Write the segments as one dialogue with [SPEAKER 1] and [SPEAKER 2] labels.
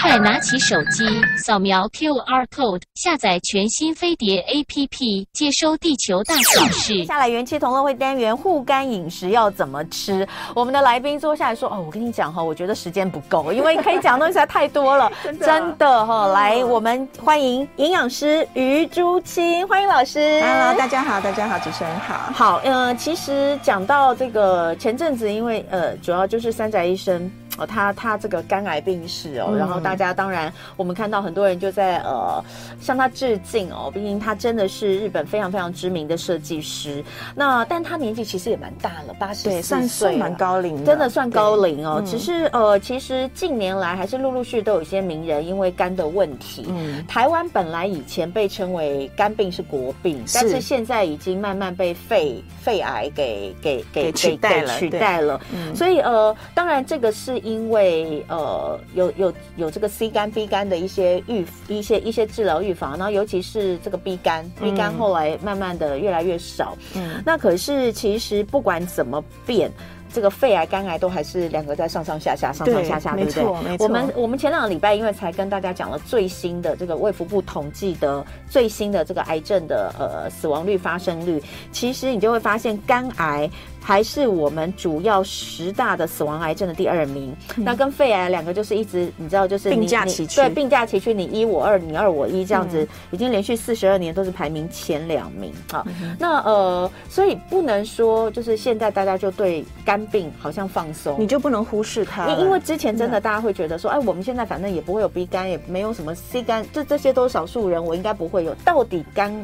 [SPEAKER 1] 快拿起手机，扫描 QR code，下载全新飞碟 APP，接收地球大小
[SPEAKER 2] 接
[SPEAKER 1] 事。
[SPEAKER 2] 下来元气同乐会单元护肝饮食要怎么吃？我们的来宾坐下来说：“哦，我跟你讲哈，我觉得时间不够，因为可以讲的东西实在太多了，
[SPEAKER 3] 真的
[SPEAKER 2] 真的哈。
[SPEAKER 3] 嗯
[SPEAKER 2] 来，我们欢迎营养师于朱青，欢迎老师。
[SPEAKER 3] Hello，大家好，大家好，主持人好。
[SPEAKER 2] 好，呃，其实讲到这个前阵子，因为呃，主要就是三宅医生。哦，他他这个肝癌病逝哦，
[SPEAKER 3] 嗯
[SPEAKER 2] 然后大家当然，我们看到很多人就在呃向他致敬哦，毕竟他真的是日本非常非常知名的设计师。那但他年纪其实也蛮大了，八十
[SPEAKER 3] 对，
[SPEAKER 2] 四
[SPEAKER 3] 算
[SPEAKER 2] 岁
[SPEAKER 3] 算
[SPEAKER 2] 了
[SPEAKER 3] 蛮高龄的，
[SPEAKER 2] 真的算高龄哦。
[SPEAKER 3] 对嗯
[SPEAKER 2] 只是呃，其实近年来还是陆陆续都有一些名人因为肝的问题。
[SPEAKER 3] 对。嗯，
[SPEAKER 2] 台湾本来以前被称为肝病是国病，
[SPEAKER 3] 是
[SPEAKER 2] 但是现在已经慢慢被肺肺癌给给给
[SPEAKER 3] 给取代了
[SPEAKER 2] 给取代了。
[SPEAKER 3] 嗯
[SPEAKER 2] 所以呃，当然这个是因为呃有有有这个 C 肝、B 肝的一些预一些一些治疗预防，然后尤其是这个 B 肝，B
[SPEAKER 3] 嗯
[SPEAKER 2] 肝后来慢慢的越来越少。
[SPEAKER 3] 嗯，
[SPEAKER 2] 那可是其实不管怎么变，这个肺癌、肝癌都还是两个在上上下下、上上
[SPEAKER 3] 对
[SPEAKER 2] 下下，对
[SPEAKER 3] 没
[SPEAKER 2] 不对？
[SPEAKER 3] 错没错
[SPEAKER 2] 我们我们前两个礼拜因为才跟大家讲了最新的这个卫福部统计的最新的这个癌症的呃死亡率、发生率，其实你就会发现肝癌。还是我们主要十大的死亡癌症的第二名，那跟肺癌两个就是一直你知道就是
[SPEAKER 3] 嗯并
[SPEAKER 2] 你
[SPEAKER 3] 驾
[SPEAKER 2] 你
[SPEAKER 3] 齐驱
[SPEAKER 2] 对并驾齐驱，你一我二，你二我一这样
[SPEAKER 3] 嗯
[SPEAKER 2] 子，已经连续四十二年都是排名前两名啊。
[SPEAKER 3] 嗯
[SPEAKER 2] 那呃，所以不能说就是现在大家就对肝病好像放松，
[SPEAKER 3] 你就嗯不能忽视它了，
[SPEAKER 2] 因因为之前真的大家会觉得说，哎，我们现在反正也不会有 B 肝，也没有什么 C 肝，这这些都是少数人，我应该不会有。到底肝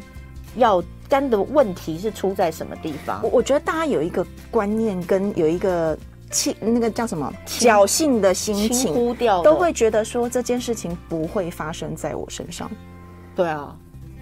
[SPEAKER 2] 要肝的问题是出在什么地方
[SPEAKER 3] 我？我觉得大家有一个观念跟有一个气那个叫什么
[SPEAKER 2] 轻
[SPEAKER 3] 侥幸的心
[SPEAKER 2] 轻
[SPEAKER 3] 情，
[SPEAKER 2] 忽掉的
[SPEAKER 3] 都会觉得说这件事情不会发生在我身上，
[SPEAKER 2] 对啊，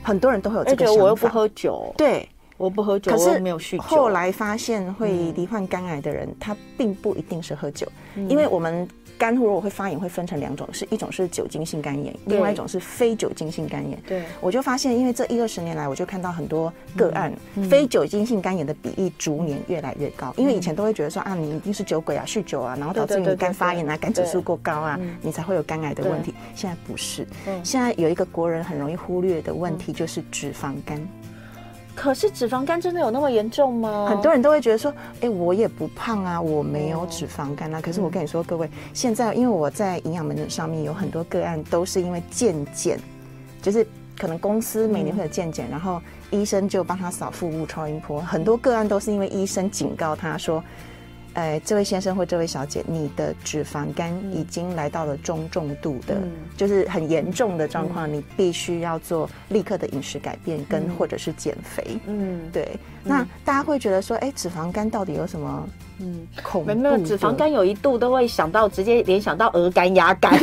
[SPEAKER 3] 很多人都会有
[SPEAKER 2] 而
[SPEAKER 3] 这
[SPEAKER 2] 且
[SPEAKER 3] 个想法。
[SPEAKER 2] 我又不喝酒，
[SPEAKER 3] 对，
[SPEAKER 2] 我不喝酒，
[SPEAKER 3] 可
[SPEAKER 2] 我
[SPEAKER 3] 是
[SPEAKER 2] 又没有酗酒。
[SPEAKER 3] 后来发现会罹患肝癌的人，他并不一定是喝酒，
[SPEAKER 2] 嗯
[SPEAKER 3] 因为我们肝如果会发炎，会分成两种，是一种是酒精性肝炎，
[SPEAKER 2] 对
[SPEAKER 3] 另外一种是非酒精性肝炎。
[SPEAKER 2] 对
[SPEAKER 3] 我就发现，因为这一二十年来，我就看到很多个案，
[SPEAKER 2] 嗯
[SPEAKER 3] 非酒精性肝炎的比例逐年越来越高。因为以前都会觉得说啊，你一定是酒鬼啊、酗酒啊，然后导致
[SPEAKER 2] 对对对
[SPEAKER 3] 你肝发炎啊、
[SPEAKER 2] 对
[SPEAKER 3] 肝指数过高啊
[SPEAKER 2] 嗯，
[SPEAKER 3] 你才会有肝癌的问题。现在不是，
[SPEAKER 2] 嗯
[SPEAKER 3] 现在有一个国人很容易忽略的问题就是脂肪肝。
[SPEAKER 2] 可是脂肪肝真的有那么严重吗？
[SPEAKER 3] 很多人都会觉得说，哎、我也不胖啊，我没有
[SPEAKER 2] 哦
[SPEAKER 3] 脂肪肝啊。可是我跟你说，各位，现在因为我在营养门诊上面有很多个案都是因为健检，就是可能公司每年会有健检，然后医生就帮他扫腹部超音波，很多个案都是因为医生警告他说。呃，这位先生或这位小姐，你的脂肪肝已经来到了中重度的，
[SPEAKER 2] 嗯
[SPEAKER 3] 就是很严重的状况，你必须要做立刻的饮食改变跟、
[SPEAKER 2] 嗯
[SPEAKER 3] 或者是减肥。
[SPEAKER 2] 嗯，
[SPEAKER 3] 对，那大家会觉得说，哎、脂肪肝到底有什么
[SPEAKER 2] 嗯，
[SPEAKER 3] 恐怖
[SPEAKER 2] 没
[SPEAKER 3] 的？
[SPEAKER 2] 没有脂肪肝有一度都会想到直接联想到鹅肝、鸭 肝，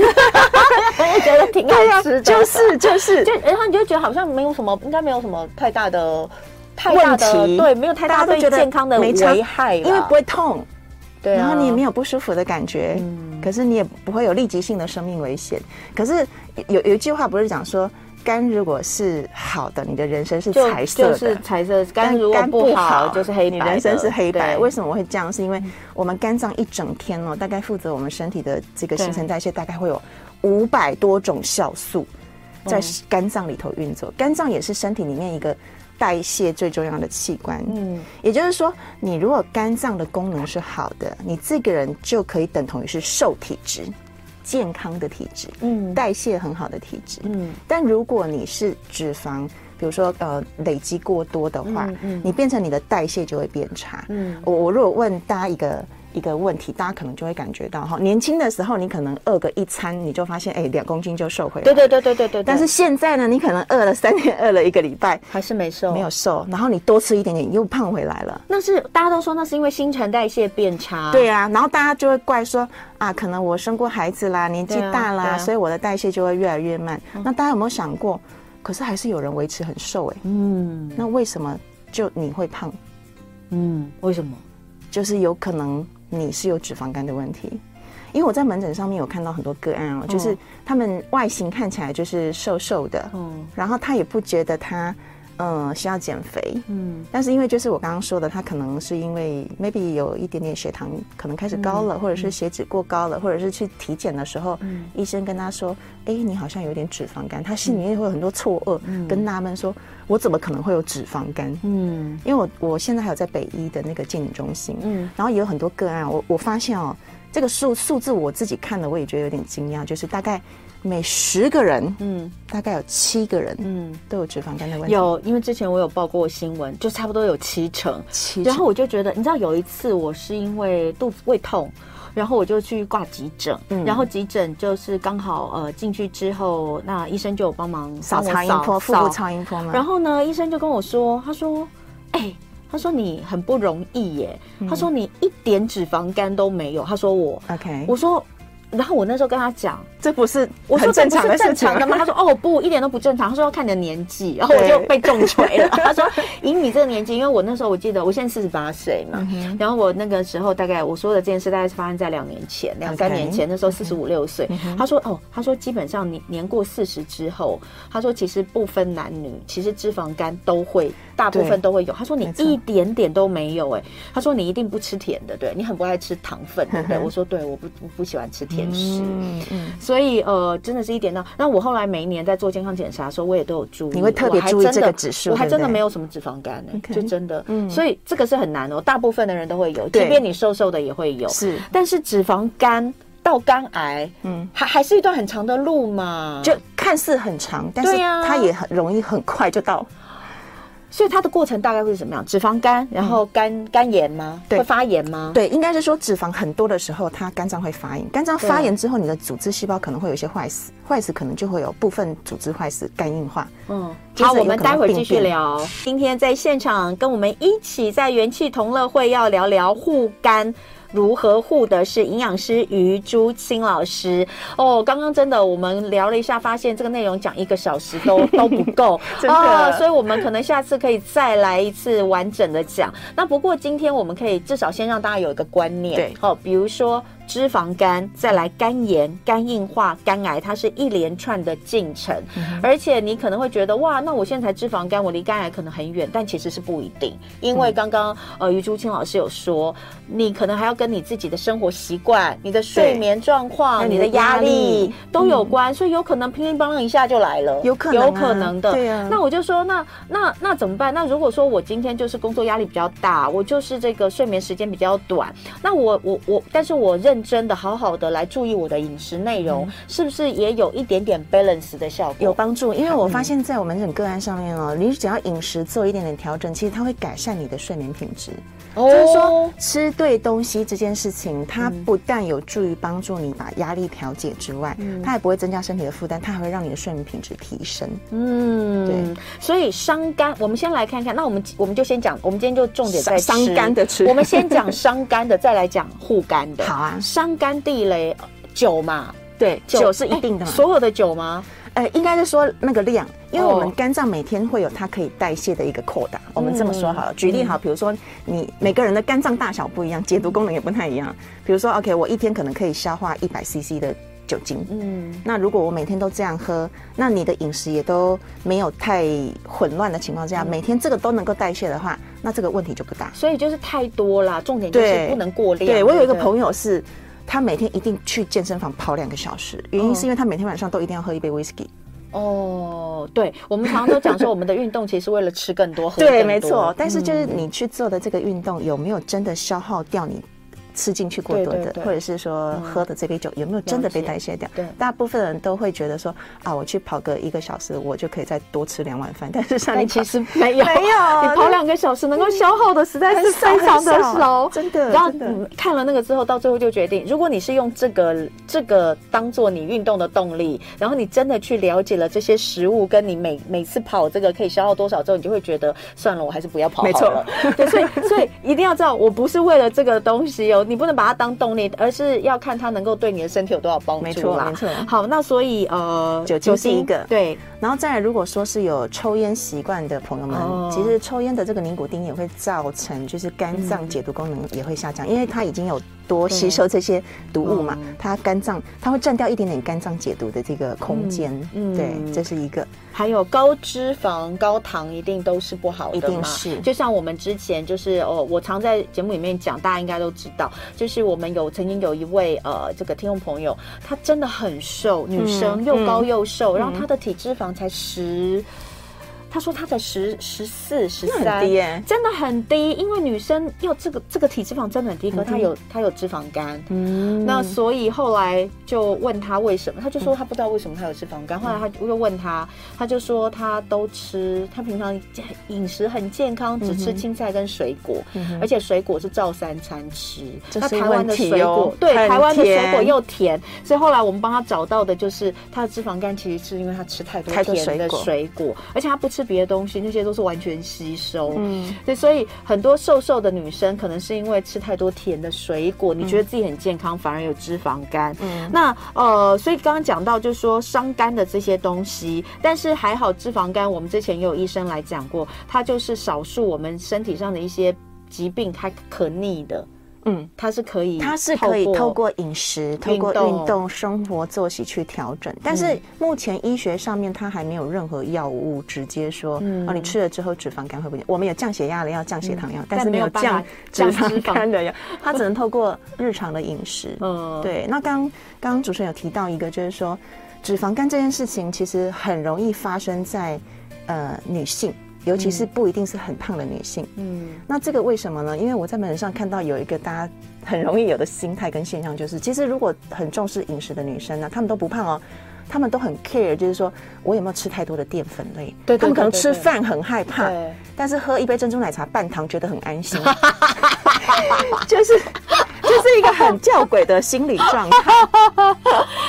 [SPEAKER 2] 我觉得挺
[SPEAKER 3] 对呀、啊
[SPEAKER 2] 好吃的，
[SPEAKER 3] 就是 就是
[SPEAKER 2] 就，然后你就觉得好像没有什么，应该没有什么太大的。太大的
[SPEAKER 3] 问题
[SPEAKER 2] 对，没有太大
[SPEAKER 3] 大家都
[SPEAKER 2] 对
[SPEAKER 3] 觉得
[SPEAKER 2] 健康的
[SPEAKER 3] 没差
[SPEAKER 2] 危害啦，
[SPEAKER 3] 因为不会痛，
[SPEAKER 2] 对啊，
[SPEAKER 3] 然后你也没
[SPEAKER 2] 有
[SPEAKER 3] 有不舒服的感觉，
[SPEAKER 2] 嗯
[SPEAKER 3] 可是你也不会有立即性的生命危险。可是有有一句话不是讲说，肝如果是好的，你的人生是
[SPEAKER 2] 就
[SPEAKER 3] 彩色
[SPEAKER 2] 就
[SPEAKER 3] 的。
[SPEAKER 2] 是彩色
[SPEAKER 3] 但
[SPEAKER 2] 肝如果不好就是黑白
[SPEAKER 3] 你
[SPEAKER 2] 的，
[SPEAKER 3] 人生是黑白。
[SPEAKER 2] 对
[SPEAKER 3] 为什么会这样？是因为我们肝脏一整天哦，大概负责我们身体的这个新陈代谢，大概会有五百多种酵素
[SPEAKER 2] 嗯
[SPEAKER 3] 在肝脏里头运作。肝脏也是身体里面一个代谢最重要的器官。嗯，也就是说，你如果肝脏的功能是好的，你这个人就可以等同于是瘦体质。健康的体质，
[SPEAKER 2] 嗯
[SPEAKER 3] 代谢很好的体质，
[SPEAKER 2] 嗯
[SPEAKER 3] 但如果你是脂肪，比如说呃累积过多的话，
[SPEAKER 2] 嗯嗯
[SPEAKER 3] 你变成你的代谢就会变差。
[SPEAKER 2] 嗯
[SPEAKER 3] 我我如果问大家一个一个问题，大家可能就会感觉到哈，年轻的时候你可能饿个一餐，你就发现哎两公斤就瘦回来。
[SPEAKER 2] 对对对对对对，
[SPEAKER 3] 但是现在呢，你可能饿了三天，饿了一个礼拜
[SPEAKER 2] 还是没瘦，
[SPEAKER 3] 没有瘦，然后你多吃一点点你又胖回来了。
[SPEAKER 2] 那是大家都说那是因为新陈代谢变差，
[SPEAKER 3] 对啊，然后大家就会怪说啊，可能我生过孩子啦，年纪
[SPEAKER 2] 对啊
[SPEAKER 3] 大啦，
[SPEAKER 2] 对啊嗯
[SPEAKER 3] 所以我的代谢就会越来越慢。那大家有没有想过？可是还是有人维持很瘦哎、
[SPEAKER 2] 嗯
[SPEAKER 3] 那为什么就你会胖？
[SPEAKER 2] 嗯，为什么？
[SPEAKER 3] 就是有可能你是有脂肪肝的问题。因为我在门诊上面有看到很多个案哦，就是他们外形看起来就是瘦瘦的，
[SPEAKER 2] 嗯
[SPEAKER 3] 然后他也不觉得他，嗯、嗯，需要减肥。
[SPEAKER 2] 嗯
[SPEAKER 3] 但是因为就是我刚刚说的，他可能是因为 maybe 有一点点血糖可能开始高了，或者是血脂过高了，或者是去体检的时候，
[SPEAKER 2] 嗯
[SPEAKER 3] 医生跟他说：“哎，你好像有点脂肪肝。”他心里面会有很多错愕、跟纳闷说，我怎么可能会有脂肪肝？
[SPEAKER 2] 嗯
[SPEAKER 3] 因为我我现在还有在北医的那个健检中心，
[SPEAKER 2] 嗯
[SPEAKER 3] 然后也有很多个案，我我发现哦，这个数数字我自己看了，我也觉得有点惊讶，就是大概每十个人，
[SPEAKER 2] 嗯
[SPEAKER 3] 大概有七个人
[SPEAKER 2] 嗯，
[SPEAKER 3] 都有脂肪肝的问题，
[SPEAKER 2] 有，因为之前我有报过新闻，就差不多有七成。
[SPEAKER 3] 七
[SPEAKER 2] 然
[SPEAKER 3] 成，
[SPEAKER 2] 后我就觉得，你知道有一次我是因为肚子胃痛，然后我就去挂急诊，
[SPEAKER 3] 嗯
[SPEAKER 2] 然后急诊就是刚好呃进去之后，那医生就有帮忙
[SPEAKER 3] 扫
[SPEAKER 2] 帮我
[SPEAKER 3] 超音波，腹
[SPEAKER 2] 扫
[SPEAKER 3] 部超音波吗？
[SPEAKER 2] 然后呢，医生就跟我说，他说，哎、他说你很不容易耶，他说你一点脂肪肝都没有，他说我，
[SPEAKER 3] OK，
[SPEAKER 2] 我说，然后我那时候跟他讲。
[SPEAKER 3] 这不是
[SPEAKER 2] 我说
[SPEAKER 3] 很
[SPEAKER 2] 这
[SPEAKER 3] 正
[SPEAKER 2] 不
[SPEAKER 3] 常
[SPEAKER 2] 是
[SPEAKER 3] 的
[SPEAKER 2] 正
[SPEAKER 3] 事情
[SPEAKER 2] 常 的吗？他说哦不，一点都不正常。他说要看你的年纪，然后我
[SPEAKER 3] 对
[SPEAKER 2] 就被重锤了。 他说以你这个年纪，因为我那时候我记得我现在四十八岁
[SPEAKER 3] 嗯
[SPEAKER 2] 嘛，然后我那个时候大概我说的这件事大概是发生在两年前、两三
[SPEAKER 3] OK 嗯
[SPEAKER 2] 年前，那时候四十五六岁。他说哦，他说基本上你年过四十之后，他说其实不分男女，其实脂肪肝都会大部分
[SPEAKER 3] 对
[SPEAKER 2] 都会有。他说你
[SPEAKER 3] 没错
[SPEAKER 2] 一点点都没有哎、他说你一定不吃甜的，对你很不爱吃糖分，对不对？
[SPEAKER 3] 嗯哼
[SPEAKER 2] 我说对，我不我不喜欢吃甜食。
[SPEAKER 3] 嗯嗯，
[SPEAKER 2] 所以呃，真的是一点到。那我后来每一年在做健康检查的时候，我也都有注意，
[SPEAKER 3] 你会特别
[SPEAKER 2] 我还
[SPEAKER 3] 注意
[SPEAKER 2] 真的
[SPEAKER 3] 这个指数
[SPEAKER 2] 我还真
[SPEAKER 3] 对
[SPEAKER 2] 的
[SPEAKER 3] 不对
[SPEAKER 2] 没有什么脂肪肝呢、
[SPEAKER 3] OK
[SPEAKER 2] 就真的，
[SPEAKER 3] 嗯
[SPEAKER 2] 所以这个是很难哦，大部分的人都会有，即
[SPEAKER 3] 对
[SPEAKER 2] 便你瘦瘦的也会有，
[SPEAKER 3] 是，
[SPEAKER 2] 但是脂肪肝到肝癌，
[SPEAKER 3] 嗯，
[SPEAKER 2] 还还是一段很长的路嘛，
[SPEAKER 3] 就看似很长，但是
[SPEAKER 2] 嗯对呀
[SPEAKER 3] 它也很容易很快就到，
[SPEAKER 2] 所以它的过程大概会是什么样？脂肪肝，然后肝、肝炎吗？
[SPEAKER 3] 嗯对
[SPEAKER 2] 会发炎吗？
[SPEAKER 3] 对，应该是说脂肪很多的时候，它肝脏会发炎，肝脏
[SPEAKER 2] 对
[SPEAKER 3] 发炎之后，你的组织细胞可能会有一些坏死，坏死可能就会有部分组织坏死、肝硬化。
[SPEAKER 2] 嗯，
[SPEAKER 3] 就是
[SPEAKER 2] 好，我
[SPEAKER 3] 有
[SPEAKER 2] 们
[SPEAKER 3] 可
[SPEAKER 2] 待
[SPEAKER 3] 能
[SPEAKER 2] 会儿
[SPEAKER 3] 病
[SPEAKER 2] 继续
[SPEAKER 3] 变
[SPEAKER 2] 聊。今天在现场跟我们一起在元气同乐会要聊聊护肝。如何护的是营养师于朱青老师哦。刚刚真的我们聊了一下，发现这个内容讲一个小时都都不够 哦
[SPEAKER 3] 真的
[SPEAKER 2] 所以我们可能下次可以再来一次完整的讲。那不过今天我们可以至少先让大家有一个观念，
[SPEAKER 3] 对
[SPEAKER 2] 哦，比如说脂肪肝，再来肝炎、肝硬化、肝癌，它是一连串的进程。而且你可能会觉得哇，那我现在才脂肪肝，我离肝癌可能很远，但其实是不一定，因为刚刚呃于朱青老师有说，你可能还要跟你自己的生活习惯、你的睡
[SPEAKER 3] 对
[SPEAKER 2] 眠状
[SPEAKER 3] 还
[SPEAKER 2] 况、
[SPEAKER 3] 有
[SPEAKER 2] 你
[SPEAKER 3] 你
[SPEAKER 2] 的
[SPEAKER 3] 的
[SPEAKER 2] 压
[SPEAKER 3] 压
[SPEAKER 2] 力
[SPEAKER 3] 力
[SPEAKER 2] 都有关，所以有可能乒铃乓啷一下就来了，
[SPEAKER 3] 有可能啊
[SPEAKER 2] 有可能的，
[SPEAKER 3] 对啊
[SPEAKER 2] 那我就说，那那那怎么办？那如果说我今天就是工作压力比较大，我就是这个睡眠时间比较短，那我我我，但是我认真的、好好的来注意我的饮食内容，是不是也有一点点 balance 的效果？
[SPEAKER 3] 有帮助，因为我发现在我们这种个案上面哦，你只要饮食做一点点调整，其实它会改善你的睡眠品质。
[SPEAKER 2] 哦
[SPEAKER 3] 就是说，吃对东西这件事情，它不但有助于帮助你把压力调节之外，它也不会增加身体的负担，它还会让你的睡眠品质提升。
[SPEAKER 2] 嗯，
[SPEAKER 3] 对，
[SPEAKER 2] 所以伤肝，我们先来看看。那我们我们就先讲，我们今天就重点在
[SPEAKER 3] 伤伤肝的吃
[SPEAKER 2] 我们先讲伤肝的， 再来讲护肝的。
[SPEAKER 3] 好啊
[SPEAKER 2] 伤肝地雷呃酒嘛，
[SPEAKER 3] 对，酒是一定的
[SPEAKER 2] 哎
[SPEAKER 3] 嘛。
[SPEAKER 2] 所有的酒吗？
[SPEAKER 3] 呃，应该是说那个量，因为
[SPEAKER 2] 哦
[SPEAKER 3] 我们肝脏每天会有它可以代谢的一个扩大。我们这么说好了，举例好，比如说你每个人的肝脏大小不一样，解毒功能也不太一样。比如说，OK，我一天可能可以消化一百 CC 的酒精。
[SPEAKER 2] 嗯
[SPEAKER 3] 那如果我每天都这样喝，那你的饮食也都没有太混乱的情况下，每天这个都能够代谢的话，那这个问题就不大。
[SPEAKER 2] 所以就是太多啦，重点就是
[SPEAKER 3] 对
[SPEAKER 2] 不能过量。
[SPEAKER 3] 对我有一个
[SPEAKER 2] 友，
[SPEAKER 3] 朋友是，他每天一定去健身房跑两个小时，原因是因为他每天晚上都一定要喝一杯 whisky。
[SPEAKER 2] 哦，对，我们常常都讲说，我们的运动其实是为了吃更多，喝更
[SPEAKER 3] 对，
[SPEAKER 2] 多
[SPEAKER 3] 没错。但是
[SPEAKER 2] 嗯
[SPEAKER 3] 就是你去做的这个运动有没有真的消耗掉你吃进去过多
[SPEAKER 2] 对对
[SPEAKER 3] 的，
[SPEAKER 2] 对嗯
[SPEAKER 3] 或者是说喝的这杯酒有没有真的被代谢掉
[SPEAKER 2] 了解对？
[SPEAKER 3] 大部分人都会觉得说啊，我去跑个一个小时，我就可以再多吃两碗饭。但是像你
[SPEAKER 2] 但
[SPEAKER 3] 跑
[SPEAKER 2] 其实没有，
[SPEAKER 3] 没有嗯
[SPEAKER 2] 你跑两个小时能够消耗的实在是非常的
[SPEAKER 3] 很少
[SPEAKER 2] 少
[SPEAKER 3] 很少，真的
[SPEAKER 2] 然后
[SPEAKER 3] 真的
[SPEAKER 2] 嗯看了那个之后，到最后就决定，如果你是用这个这个当做你运动的动力，然后你真的去了解了这些食物，跟你每每次跑这个可以消耗多少之后，你就会觉得算了，我还是不要跑好
[SPEAKER 3] 没错
[SPEAKER 2] 了。对，所以所以一定要知道，我不是为了这个东西哦，你不能把它当动力，而是要看它能够对你的身体有多少帮助
[SPEAKER 3] 没错
[SPEAKER 2] 啦
[SPEAKER 3] 没错
[SPEAKER 2] 好，那所以呃，
[SPEAKER 3] 酒精是一个
[SPEAKER 2] 对，
[SPEAKER 3] 然后再来，如果说是有抽烟习惯的朋友们，
[SPEAKER 2] 哦
[SPEAKER 3] 其实抽烟的这个尼古丁也会造成就是肝脏解毒功能也会下降，因为它已经有多
[SPEAKER 2] 对
[SPEAKER 3] 吸收这些毒物嘛
[SPEAKER 2] 嗯，
[SPEAKER 3] 它肝脏它会占掉一点点肝脏解毒的这个空间
[SPEAKER 2] 嗯嗯，
[SPEAKER 3] 对，这是一个
[SPEAKER 2] 还有高脂肪、高糖一定都是不好的嘛，
[SPEAKER 3] 一定是
[SPEAKER 2] 就像我们之前就是哦，我常在节目里面讲，大家应该都知道，就是我们有曾经有一位呃这个听众朋友，她真的很瘦，女
[SPEAKER 3] 嗯
[SPEAKER 2] 生又高又瘦，然后她的体脂肪才十。她说她才十十四、十
[SPEAKER 3] 那
[SPEAKER 2] 三
[SPEAKER 3] 很低耶，
[SPEAKER 2] 真的很低。因为女生要这个这个体脂肪真的很低，可是她有她有脂肪肝，
[SPEAKER 3] 嗯
[SPEAKER 2] 那所以后来就问他为什么，他就说他不知道为什么他有脂肪肝。后来他
[SPEAKER 3] 嗯
[SPEAKER 2] 我又问他，他就说他都吃，他平常饮食很健康，只
[SPEAKER 3] 嗯
[SPEAKER 2] 吃青菜跟水果，而且水果是照三餐吃。
[SPEAKER 3] 这
[SPEAKER 2] 那
[SPEAKER 3] 是
[SPEAKER 2] 台湾的
[SPEAKER 3] 问题
[SPEAKER 2] 水果
[SPEAKER 3] 哟，
[SPEAKER 2] 对
[SPEAKER 3] 很
[SPEAKER 2] 台湾的水
[SPEAKER 3] 甜
[SPEAKER 2] 果又甜，所以后来我们帮他找到的就是他的脂肪肝，其实是因为他吃太多
[SPEAKER 3] 太多
[SPEAKER 2] 甜的
[SPEAKER 3] 水果
[SPEAKER 2] 水果，而且他不吃别的东西，那些都是完全吸收。
[SPEAKER 3] 嗯
[SPEAKER 2] 对，所以很多瘦瘦的女生，可能是因为吃太多甜的水果，你觉得自己很健康，反而有脂肪肝。
[SPEAKER 3] 嗯
[SPEAKER 2] 那呃，所以刚刚讲到就是说伤肝的这些东西，但是还好脂肪肝，我们之前也有医生来讲过，它就是少数我们身体上的一些疾病，它可逆的，
[SPEAKER 3] 嗯，
[SPEAKER 2] 它是可以
[SPEAKER 3] 它是可以透过饮食、透过运动、嗯生活作息去调整，但是目前医学上面它还没有任何药物直接说，
[SPEAKER 2] 嗯
[SPEAKER 3] 哦，你吃了之后脂肪肝会不会？我们有降血压的药、降血糖药，嗯但
[SPEAKER 2] 但
[SPEAKER 3] 是
[SPEAKER 2] 没
[SPEAKER 3] 没
[SPEAKER 2] 有
[SPEAKER 3] 有
[SPEAKER 2] 办法
[SPEAKER 3] 降脂
[SPEAKER 2] 降脂
[SPEAKER 3] 肪
[SPEAKER 2] 肪
[SPEAKER 3] 肝的药，它只能透过日常的饮食。
[SPEAKER 2] 嗯，
[SPEAKER 3] 对，那刚刚主持人有提到一个，就是说脂肪肝这件事情，其实很容易发生在呃女性，尤其是不一定是很胖的女性。
[SPEAKER 2] 嗯
[SPEAKER 3] 那这个为什么呢？因为我在门诊上看到有一个大家很容易有的心态跟现象，就是其实如果很重视饮食的女生呢、她们都不胖哦。她们都很 care，就是说我有没有吃太多的淀粉类？
[SPEAKER 2] 对对
[SPEAKER 3] 她们可能
[SPEAKER 2] 对对
[SPEAKER 3] 吃
[SPEAKER 2] 对
[SPEAKER 3] 饭很害怕
[SPEAKER 2] 对，
[SPEAKER 3] 但是喝一杯珍珠奶茶半糖觉得很安 心，就是就是一个很吊诡的心理状态。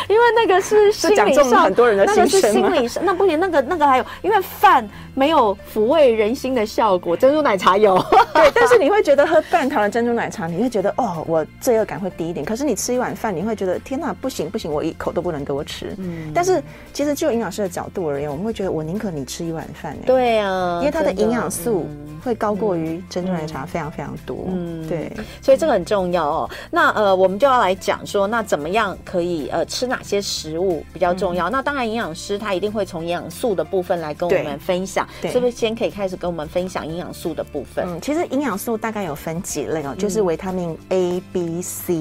[SPEAKER 2] 因为那个是心
[SPEAKER 3] 讲
[SPEAKER 2] 理
[SPEAKER 3] 中
[SPEAKER 2] 上
[SPEAKER 3] 很多人的
[SPEAKER 2] 那个是
[SPEAKER 3] 心声
[SPEAKER 2] 心
[SPEAKER 3] 吗
[SPEAKER 2] 理上，那不行，那个那个还有，因为饭没有抚慰人心的效果，珍珠奶茶有，
[SPEAKER 3] 对， 但是你会觉得喝半糖的珍珠奶茶，你会觉得哦，我罪恶感会低一点。可是你吃一碗饭，你会觉得天哪，不行不行，我一口都不能给我吃。
[SPEAKER 2] 嗯
[SPEAKER 3] 但是其实就营养师的角度而言，我们会觉得我宁可你吃一碗饭、欸，
[SPEAKER 2] 对啊
[SPEAKER 3] 因为它的营养素会高过于珍珠奶茶非常非常多。
[SPEAKER 2] 嗯
[SPEAKER 3] 对，
[SPEAKER 2] 所以这个很重要
[SPEAKER 3] 啊
[SPEAKER 2] 哦。那呃，我们就要来讲说，那怎么样可以呃吃哪些食物比较
[SPEAKER 3] 嗯
[SPEAKER 2] 重要？那当然，营养师他一定会从营养素的部分来跟我
[SPEAKER 3] 对
[SPEAKER 2] 们分享，
[SPEAKER 3] 对
[SPEAKER 2] 是不是先可以开始跟我们分享营养素的部分？
[SPEAKER 3] 嗯，其实营养素大概有分几类哦，就是维他命 A、B、C、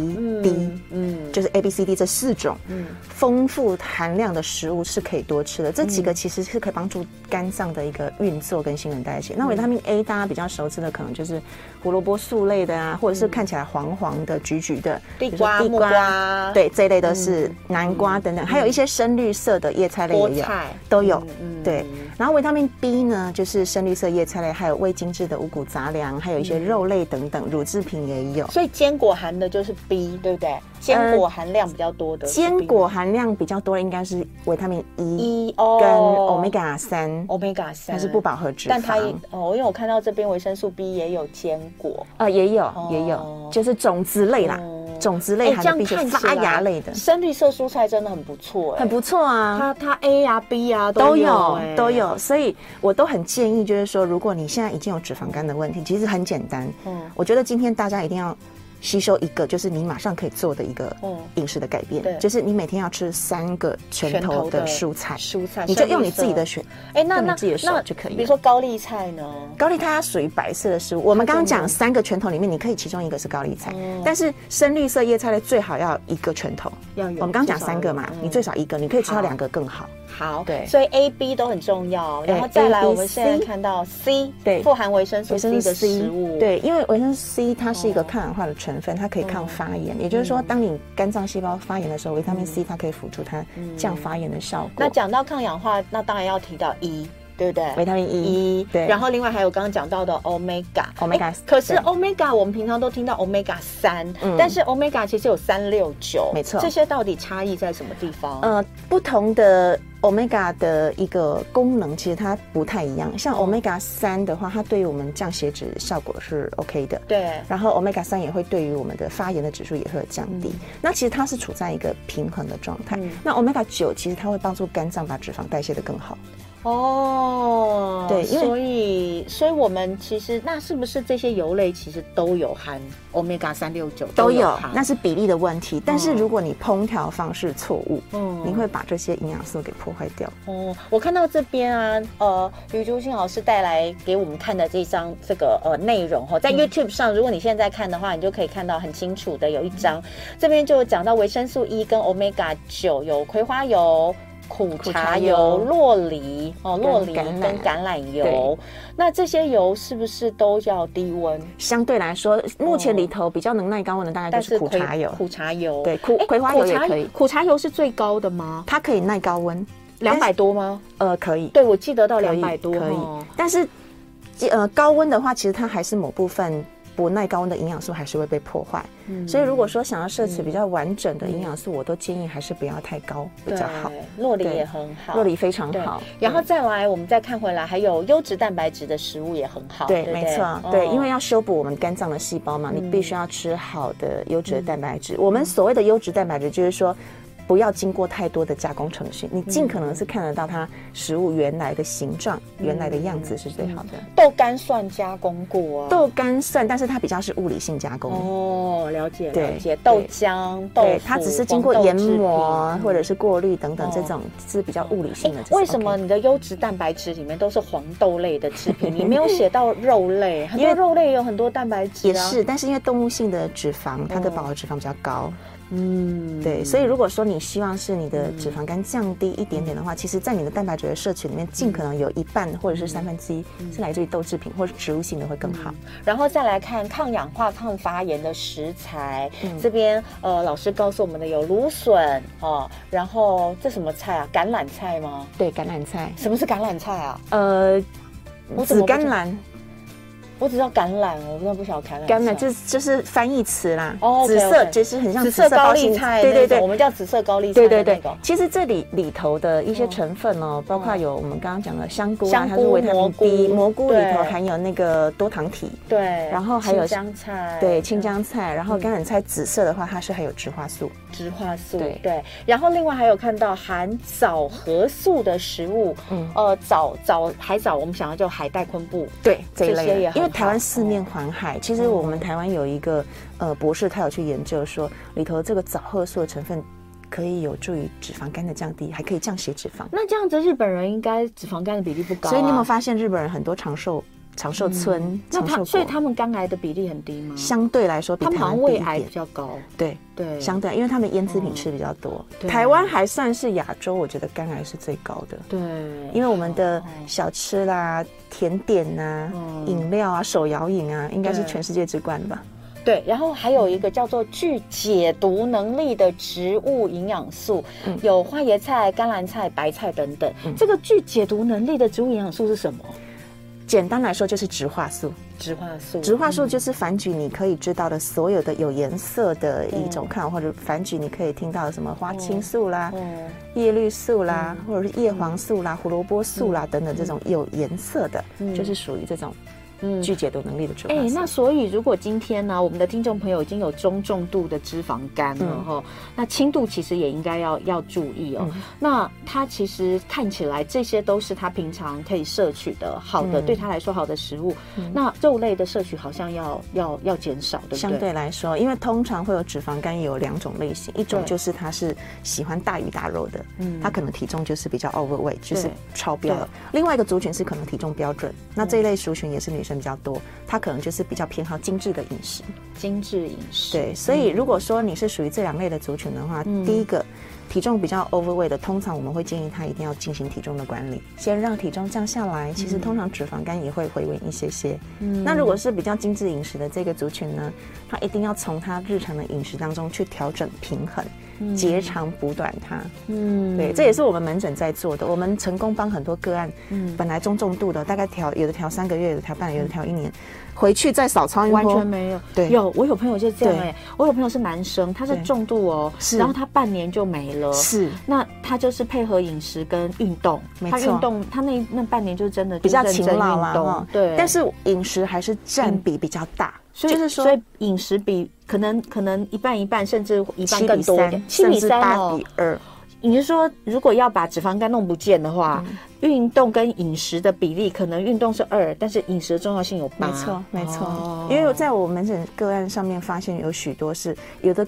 [SPEAKER 3] D。
[SPEAKER 2] 嗯，
[SPEAKER 3] 就是 A、B、C、D 这四种
[SPEAKER 2] 嗯
[SPEAKER 3] 丰富含量的食物是可以多吃的。这
[SPEAKER 2] 嗯
[SPEAKER 3] 几个其实是可以帮助肝脏的一个运作跟新陈代谢。
[SPEAKER 2] 嗯
[SPEAKER 3] 那维他命 A 大家比较熟知的，可能就是胡萝卜素类的啊，或者是看起来黄黄的、橘橘的，
[SPEAKER 2] 嗯地
[SPEAKER 3] 比如说
[SPEAKER 2] 瓜、木瓜嗯
[SPEAKER 3] 对这一类的是南瓜等等，还有一些深绿色的叶菜类
[SPEAKER 2] 菠
[SPEAKER 3] 也有，
[SPEAKER 2] 菜
[SPEAKER 3] 都有。
[SPEAKER 2] 嗯嗯
[SPEAKER 3] 对，然后维他命 B 呢，就是深绿色叶菜类，还有未精制的五谷杂粮，还有一些
[SPEAKER 2] 嗯
[SPEAKER 3] 肉类等等，乳制品也有。
[SPEAKER 2] 所以坚果含的就是 B，对不对？坚果含量比较多的是 B 吗，
[SPEAKER 3] 呃坚果含量比较多的应该是维他命 E
[SPEAKER 2] E 哦，
[SPEAKER 3] 跟 omega 三，
[SPEAKER 2] omega 三，
[SPEAKER 3] 它是不饱和脂肪，
[SPEAKER 2] 但它也哦，因为我看到这边维生素 B 也有坚果，
[SPEAKER 3] 呃也
[SPEAKER 2] 哦
[SPEAKER 3] 有也有，就是种子类啦
[SPEAKER 2] 哦，
[SPEAKER 3] 种子
[SPEAKER 2] 哎
[SPEAKER 3] 类含
[SPEAKER 2] 这
[SPEAKER 3] 的
[SPEAKER 2] 样
[SPEAKER 3] 必须
[SPEAKER 2] 看起
[SPEAKER 3] 发
[SPEAKER 2] 来
[SPEAKER 3] 芽类的，
[SPEAKER 2] 深绿色蔬菜真的很不错，哎
[SPEAKER 3] 很不错啊。
[SPEAKER 2] 它它 A 啊 B 啊
[SPEAKER 3] 都有
[SPEAKER 2] 哎
[SPEAKER 3] 都有，所以我都很建议，就是说，如果你现在已经有脂肪肝的问题，其实很简单。
[SPEAKER 2] 嗯
[SPEAKER 3] 嗯，我觉得今天大家一定要吸收一个，就是你马上可以做的一个
[SPEAKER 2] 嗯
[SPEAKER 3] 饮食的改变，
[SPEAKER 2] 对
[SPEAKER 3] 就是你每天要吃三个拳头的蔬菜，
[SPEAKER 2] 蔬菜，
[SPEAKER 3] 你就用你自己的选。
[SPEAKER 2] 哎，那
[SPEAKER 3] 用你
[SPEAKER 2] 那
[SPEAKER 3] 自己的手
[SPEAKER 2] 那
[SPEAKER 3] 就可以了
[SPEAKER 2] 比如说高丽菜呢，
[SPEAKER 3] 高丽菜它属于白色的食物，我们刚刚
[SPEAKER 2] 它
[SPEAKER 3] 讲
[SPEAKER 2] 就
[SPEAKER 3] 三个拳头里面，你可以其中一个是高丽菜
[SPEAKER 2] 哦，
[SPEAKER 3] 但是深绿色叶菜类最好要一个拳头。
[SPEAKER 2] 要有
[SPEAKER 3] 我们刚刚讲三个嘛
[SPEAKER 2] 至少，有
[SPEAKER 3] 你最少一个，你可以吃
[SPEAKER 2] 好
[SPEAKER 3] 到两个更好。
[SPEAKER 2] 好
[SPEAKER 3] 嗯对
[SPEAKER 2] 所以 A B 都很重要，然后再来
[SPEAKER 3] A B
[SPEAKER 2] 我们现在
[SPEAKER 3] C
[SPEAKER 2] 看到 C
[SPEAKER 3] 对
[SPEAKER 2] 富含维生素
[SPEAKER 3] 维
[SPEAKER 2] C
[SPEAKER 3] 生素
[SPEAKER 2] 的
[SPEAKER 3] C
[SPEAKER 2] 食物，，
[SPEAKER 3] 对，因为维生素 C 它是一个
[SPEAKER 2] 哦
[SPEAKER 3] 抗氧化的成分，它可以抗发炎。也就是说，当你肝脏细胞发炎的时候，维他命 C 它可以辅助它降发炎的效果。
[SPEAKER 2] 那讲到抗氧化，那当然要提到 E，对不对？
[SPEAKER 3] 维他命 E，
[SPEAKER 2] 一，
[SPEAKER 3] 对
[SPEAKER 2] 然后另外还有刚刚讲到的 omega。
[SPEAKER 3] Omega，
[SPEAKER 2] 诶可是
[SPEAKER 3] 对
[SPEAKER 2] omega 我们平常都听到 omega 三、
[SPEAKER 3] 嗯
[SPEAKER 2] 但是 omega 其实有三六九，
[SPEAKER 3] 没错
[SPEAKER 2] 这些到底差异在什么地方？
[SPEAKER 3] 呃，不同的 omega 的一个功能其实它不太一样。
[SPEAKER 2] 哦
[SPEAKER 3] 像 omega 三的话，它对于我们降血脂效果是 OK 的。
[SPEAKER 2] 对，
[SPEAKER 3] 然后 omega 三也会对于我们的发炎的指数也会有降低。那其实它是处在一个平衡的状态。
[SPEAKER 2] 嗯
[SPEAKER 3] 那 omega 九其实它会帮助肝脏把脂肪代谢的更好。
[SPEAKER 2] 哦，
[SPEAKER 3] 对因为
[SPEAKER 2] 所以所以我们其实那是不是这些油类其实都有含 omega 三六九
[SPEAKER 3] 都有
[SPEAKER 2] 含，
[SPEAKER 3] 那是比例的问题。但是
[SPEAKER 2] 嗯
[SPEAKER 3] 如果你烹调方式错误，
[SPEAKER 2] 嗯
[SPEAKER 3] 你会把这些营养素给破坏掉。
[SPEAKER 2] 哦，我看到这边啊，呃，于竹清老师带来给我们看的这张这个呃内容哈，在
[SPEAKER 3] 嗯
[SPEAKER 2] YouTube 上，如果你现在看的话，你就可以看到很清楚的有一张，这边就讲到维生素 E 跟 Omega 九有葵花油。苦
[SPEAKER 3] 苦
[SPEAKER 2] 茶
[SPEAKER 3] 茶
[SPEAKER 2] 油、
[SPEAKER 3] 油
[SPEAKER 2] 洛梨哦，
[SPEAKER 3] 跟
[SPEAKER 2] 洛梨
[SPEAKER 3] 橄榄
[SPEAKER 2] 跟橄榄油
[SPEAKER 3] 对，
[SPEAKER 2] 那这些油是不是都要低温？
[SPEAKER 3] 相对来说，目前
[SPEAKER 2] 哦
[SPEAKER 3] 里头比较能耐高温的大概就是苦
[SPEAKER 2] 葵
[SPEAKER 3] 茶油，
[SPEAKER 2] 苦茶油
[SPEAKER 3] 对苦
[SPEAKER 2] 诶
[SPEAKER 3] 葵花油也
[SPEAKER 2] 苦茶
[SPEAKER 3] 可以
[SPEAKER 2] 苦茶油是最高的吗？
[SPEAKER 3] 它可以耐高温，
[SPEAKER 2] 两百多吗？
[SPEAKER 3] 呃，可以，
[SPEAKER 2] 对，我记得到
[SPEAKER 3] 可
[SPEAKER 2] 两
[SPEAKER 3] 以
[SPEAKER 2] 百多
[SPEAKER 3] 可
[SPEAKER 2] 哦
[SPEAKER 3] 以。但是，呃，高温的话，其实它还是某部分不耐高温的营养素还是会被破坏。
[SPEAKER 2] 嗯
[SPEAKER 3] 所以，如果说想要摄取比较完整的营养素，我都建议还是不要太高比
[SPEAKER 2] 对，
[SPEAKER 3] 较好。
[SPEAKER 2] 洛梨
[SPEAKER 3] 对
[SPEAKER 2] 也很好，
[SPEAKER 3] 洛梨非常
[SPEAKER 2] 对
[SPEAKER 3] 好，，
[SPEAKER 2] 然后再来我们再看回来，还有优质蛋白质的食物也很好，
[SPEAKER 3] 对，
[SPEAKER 2] 不
[SPEAKER 3] 没错，
[SPEAKER 2] 哦嗯
[SPEAKER 3] 对，因为要修补我们肝脏的细胞嘛，你必须要吃好的优质的蛋白质。我们所谓的优质蛋白质，就是说。不要经过太多的加工程序，你
[SPEAKER 2] 嗯
[SPEAKER 3] 尽可能是看得到它食物原来的形状、原来的样子是最好的。
[SPEAKER 2] 豆干算加工过啊，
[SPEAKER 3] 豆干算，但是它比较是物理性加工，
[SPEAKER 2] 哦，了解
[SPEAKER 3] 对
[SPEAKER 2] 了解，
[SPEAKER 3] 对
[SPEAKER 2] 豆浆、豆
[SPEAKER 3] 对
[SPEAKER 2] 腐，
[SPEAKER 3] 它只是经过研磨
[SPEAKER 2] 黄豆制品
[SPEAKER 3] 或者是过滤等等，
[SPEAKER 2] 哦
[SPEAKER 3] 这种是比较物理性
[SPEAKER 2] 诶
[SPEAKER 3] 的这种。
[SPEAKER 2] 为什么
[SPEAKER 3] OK
[SPEAKER 2] 你的优质蛋白质里面都是黄豆类的制 品？你没有写到肉类，很
[SPEAKER 3] 因
[SPEAKER 2] 多
[SPEAKER 3] 为
[SPEAKER 2] 肉类有很多蛋白质、啊，
[SPEAKER 3] 也，是，但是因为动物性的脂肪，它的饱和脂肪比较高，
[SPEAKER 2] 哦嗯，
[SPEAKER 3] 对，所以如果说你希望是你的脂肪肝降低一点点
[SPEAKER 2] 嗯
[SPEAKER 3] 的话，其实，在你的蛋白质的摄取里面，尽可能有一半或者是三分之一
[SPEAKER 2] 嗯
[SPEAKER 3] 是来自于豆制品或是植物性的会更好。
[SPEAKER 2] 然后再来看抗氧化、抗发炎的食材，
[SPEAKER 3] 嗯
[SPEAKER 2] 这边呃老师告诉我们的有芦笋哦，然后这什么菜啊？橄榄菜吗？
[SPEAKER 3] 对，橄榄菜，
[SPEAKER 2] 什么是橄榄菜啊？
[SPEAKER 3] 呃
[SPEAKER 2] 我，怎
[SPEAKER 3] 紫
[SPEAKER 2] 么不
[SPEAKER 3] 甘
[SPEAKER 2] 知
[SPEAKER 3] 蓝，
[SPEAKER 2] 我只知道橄榄，我真的不晓得橄榄菜。
[SPEAKER 3] 橄榄就是就是翻译词啦
[SPEAKER 2] 哦，
[SPEAKER 3] 紫色
[SPEAKER 2] OK，OK
[SPEAKER 3] 就是很像
[SPEAKER 2] 紫色高
[SPEAKER 3] 包
[SPEAKER 2] 丽
[SPEAKER 3] 心
[SPEAKER 2] 菜那种，
[SPEAKER 3] 对对对
[SPEAKER 2] 我，们叫紫色高丽菜
[SPEAKER 3] 对
[SPEAKER 2] 的
[SPEAKER 3] 对
[SPEAKER 2] 那
[SPEAKER 3] 对
[SPEAKER 2] 种，。
[SPEAKER 3] 其实这里里头的一些成分哦，包括有我们刚刚讲的香菇啊，它是维他
[SPEAKER 2] 香菇
[SPEAKER 3] 命
[SPEAKER 2] 蘑菇
[SPEAKER 3] B，蘑菇里头
[SPEAKER 2] 对
[SPEAKER 3] 含有那个多糖体，
[SPEAKER 2] 对，
[SPEAKER 3] 然后还有
[SPEAKER 2] 青江菜，
[SPEAKER 3] 对，青江菜，然后橄榄菜紫色的话，它是含有植化素，
[SPEAKER 2] 植化素，
[SPEAKER 3] 对
[SPEAKER 2] 然后另外还有看到含藻核素的食物，
[SPEAKER 3] 嗯
[SPEAKER 2] 呃，藻藻海藻，我们想要叫海带昆布，
[SPEAKER 3] 对这一
[SPEAKER 2] 这些
[SPEAKER 3] 类
[SPEAKER 2] 也很，
[SPEAKER 3] 的
[SPEAKER 2] 好
[SPEAKER 3] 因为台湾四面环海，其实我们台湾有一个呃博士，他有去研究说里头这个藻褐素的成分可以有助于脂肪肝的降低，还可以降血脂肪。
[SPEAKER 2] 那这样子，日本人应该脂肪肝的比例不高啊、
[SPEAKER 3] 所以你有没有发现日本人很多长寿长寿村、
[SPEAKER 2] 嗯那
[SPEAKER 3] 长寿
[SPEAKER 2] 他
[SPEAKER 3] 国
[SPEAKER 2] 所以他们肝癌的比例很低吗？
[SPEAKER 3] 相对来说比
[SPEAKER 2] 他
[SPEAKER 3] 台
[SPEAKER 2] 们好
[SPEAKER 3] 湾
[SPEAKER 2] 像
[SPEAKER 3] 低
[SPEAKER 2] 胃
[SPEAKER 3] 一
[SPEAKER 2] 癌比
[SPEAKER 3] 点，
[SPEAKER 2] 较高，
[SPEAKER 3] 对。
[SPEAKER 2] 对，哦
[SPEAKER 3] 相对，因为他们腌制品吃比较多。
[SPEAKER 2] 对
[SPEAKER 3] 台湾还算是亚洲，我觉得肝癌是最高的，
[SPEAKER 2] 对，
[SPEAKER 3] 因为我们的
[SPEAKER 2] 哦
[SPEAKER 3] 小吃啦、甜点呐、
[SPEAKER 2] 嗯
[SPEAKER 3] 饮料啊、手摇饮啊，应该是
[SPEAKER 2] 对
[SPEAKER 3] 全世界之冠吧。
[SPEAKER 2] 对，然后还有一个叫做具解毒能力的植物营养素，
[SPEAKER 3] 嗯
[SPEAKER 2] 有花椰菜、甘蓝菜、白菜等等。
[SPEAKER 3] 嗯
[SPEAKER 2] 这个具解毒能力的植物营养素是什么？
[SPEAKER 3] 简单来说就是植化素，
[SPEAKER 2] 植化素。
[SPEAKER 3] 植化素就是繁菊你可以知道的所有的有颜色的一种抗，或者繁菊你可以听到的什么花青素啦、
[SPEAKER 2] 嗯，
[SPEAKER 3] 叶绿素啦，或者是叶黄素啦、胡萝卜素啦等等这种有颜色的，
[SPEAKER 2] 嗯
[SPEAKER 3] 就是属于这种
[SPEAKER 2] 嗯
[SPEAKER 3] 具解毒能力的植化
[SPEAKER 2] 哎、
[SPEAKER 3] 素。
[SPEAKER 2] 那所以如果今天呢、我们的听众朋友已经有中重度的脂肪肝了
[SPEAKER 3] 嗯
[SPEAKER 2] 哈、那轻度其实也应该要要注意哦。
[SPEAKER 3] 嗯
[SPEAKER 2] 那他其实看起来这些都是他平常可以摄取的好的，
[SPEAKER 3] 嗯
[SPEAKER 2] 对他来说好的食物。那肉类的摄取好像要要要减少，对不对？
[SPEAKER 3] 相对来说，因为通常会有脂肪肝有两种类型，一种
[SPEAKER 2] 对
[SPEAKER 3] 就是它是喜欢大鱼大肉的，
[SPEAKER 2] 嗯
[SPEAKER 3] 它可能体重就是比较 overweight，就是
[SPEAKER 2] 对嗯
[SPEAKER 3] 超标了。另外一个族群是可能体重标准，那这一类族群也是女生比较多，她可能就是比较偏好精致的饮食。
[SPEAKER 2] 精致饮食。
[SPEAKER 3] 对，所以如果说你是属于这两类的族群的话，
[SPEAKER 2] 嗯
[SPEAKER 3] 第一个。体重比较 overweight 的，通常我们会建议她一定要进行体重的管理，先让体重降下来。其实通常脂肪肝也会回温一些些。
[SPEAKER 2] 嗯
[SPEAKER 3] 那如果是比较精致饮食的这个族群呢，他一定要从他日常的饮食当中去调整平衡，截长补短它。
[SPEAKER 2] 嗯
[SPEAKER 3] 对，这也是我们门诊在做的。我们成功帮很多个案，
[SPEAKER 2] 嗯
[SPEAKER 3] 本来中重度的，大概调有的调三个月，有的调半年，有的调一年，回去再扫超音波，
[SPEAKER 2] 完全没有。
[SPEAKER 3] 对
[SPEAKER 2] 有我有朋友就这样
[SPEAKER 3] 对
[SPEAKER 2] 哎、我有朋友是男生，他是
[SPEAKER 3] 对
[SPEAKER 2] 重度哦，
[SPEAKER 3] 是
[SPEAKER 2] 然后他半年就没了。
[SPEAKER 3] 是
[SPEAKER 2] 那他就是配合饮食跟运动，
[SPEAKER 3] 没
[SPEAKER 2] 他
[SPEAKER 3] 错
[SPEAKER 2] 运动，他那那半年就真的就
[SPEAKER 3] 比较
[SPEAKER 2] 认
[SPEAKER 3] 勤
[SPEAKER 2] 真
[SPEAKER 3] 劳
[SPEAKER 2] 运
[SPEAKER 3] 啦。
[SPEAKER 2] 动
[SPEAKER 3] 哈
[SPEAKER 2] 对，嗯
[SPEAKER 3] 但是饮食还是占比比较大，
[SPEAKER 2] 所以
[SPEAKER 3] 就是说
[SPEAKER 2] 所以饮食比可能可能一半一半，甚至一半
[SPEAKER 3] 七
[SPEAKER 2] 更
[SPEAKER 3] 比
[SPEAKER 2] 多一
[SPEAKER 3] 三
[SPEAKER 2] 点，，
[SPEAKER 3] 甚至
[SPEAKER 2] 7:3
[SPEAKER 3] 八
[SPEAKER 2] 哦
[SPEAKER 3] 比二。
[SPEAKER 2] 你是说，如果要把脂肪肝弄不见的话，
[SPEAKER 3] 嗯
[SPEAKER 2] 运动跟饮食的比例，可能运动是二，但是饮食的重要性有八。
[SPEAKER 3] 没错，没错。
[SPEAKER 2] 哦
[SPEAKER 3] 因为在我门诊个案上面发现有许多是有的，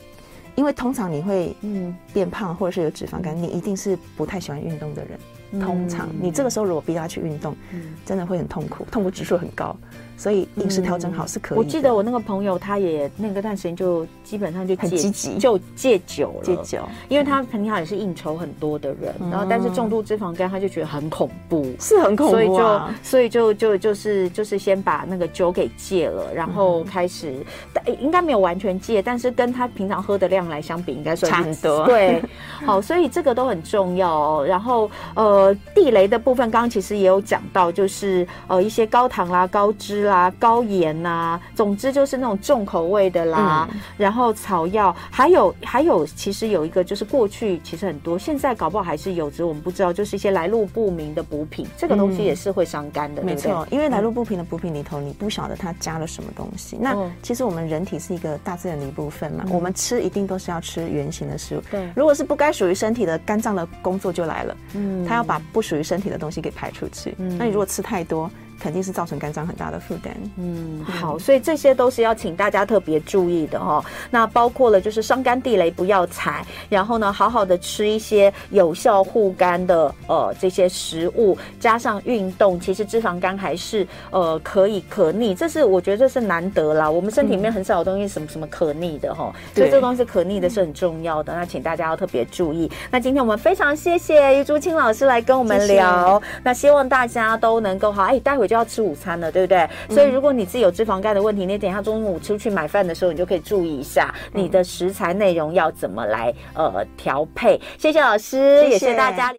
[SPEAKER 3] 因为通常你会
[SPEAKER 2] 嗯，
[SPEAKER 3] 变胖或者是有脂肪肝，你一定是不太喜欢运动的人。通常你这个时候如果逼他去运动，
[SPEAKER 2] 嗯
[SPEAKER 3] 真的会很痛苦，痛苦指数很高。所以饮食调整好是可以
[SPEAKER 2] 我
[SPEAKER 3] 的。
[SPEAKER 2] 记得我那个朋友，他也那个段时间就基本上就
[SPEAKER 3] 很
[SPEAKER 2] 戒
[SPEAKER 3] 积极
[SPEAKER 2] 就戒酒了。
[SPEAKER 3] 戒，酒
[SPEAKER 2] 因为他平常也是应酬很多的人，
[SPEAKER 3] 嗯
[SPEAKER 2] 然后但是重度脂肪肝，他就觉得很恐怖。
[SPEAKER 3] 是很恐
[SPEAKER 2] 所以
[SPEAKER 3] 怖
[SPEAKER 2] 就
[SPEAKER 3] 啊。
[SPEAKER 2] 所以就就就是就是先把那个酒给戒了，然后开始，但应该没有完全戒，但是跟他平常喝的量来相比，应该算是
[SPEAKER 3] 差很多
[SPEAKER 2] 对，
[SPEAKER 3] 嗯
[SPEAKER 2] 好，所以这个都很重要哦。然后呃，地雷的部分，刚刚其实也有讲到，就是呃一些高糖啦、高脂啦、高盐呐、总之就是那种重口味的啦，
[SPEAKER 3] 嗯
[SPEAKER 2] 然后草药，还有还有，其实有一个就是过去其实很多，现在搞不好还是有，只是我们不知道，就是一些来路不明的补品，这个东西
[SPEAKER 3] 嗯
[SPEAKER 2] 也是会伤肝的，
[SPEAKER 3] 没
[SPEAKER 2] 对不对
[SPEAKER 3] 错，因为来路不平的补品里头，你不晓得它加了什么东西。那
[SPEAKER 2] 嗯
[SPEAKER 3] 其实我们人体是一个大自然的一部分嘛，我们吃一定都是要吃原形的食物。
[SPEAKER 2] 对
[SPEAKER 3] 如果是不该属于身体的，肝脏的工作就来了，
[SPEAKER 2] 嗯
[SPEAKER 3] 它要把不属于身体的东西给排出去。
[SPEAKER 2] 嗯
[SPEAKER 3] 那你如果吃太多，肯定是造成肝脏很大的负担。
[SPEAKER 2] 嗯，好，所以这些都是要请大家特别注意的哦。那包括了就是伤肝地雷不要踩，然后呢，好好的吃一些有效护肝的呃这些食物，加上运动，其实脂肪肝还是呃可以可逆，这是我觉得这是难得啦。我们身体里面很少有东西什么什么可逆的哈、哦，所以
[SPEAKER 3] 对
[SPEAKER 2] 这东西可逆的是很重要的，那请大家要特别注意。那今天我们非常谢谢于竹青老师来跟我们
[SPEAKER 3] 谢谢
[SPEAKER 2] 聊。那希望大家都能够好，哎，待会就要吃午餐了，对不对？
[SPEAKER 3] 嗯
[SPEAKER 2] 所以如果你自己有脂肪肝的问题，你等一下中午出去买饭的时候，你就可以注意一下你的食材内容要怎么来呃调配。谢谢老师，
[SPEAKER 3] 谢谢
[SPEAKER 2] 也谢谢大家。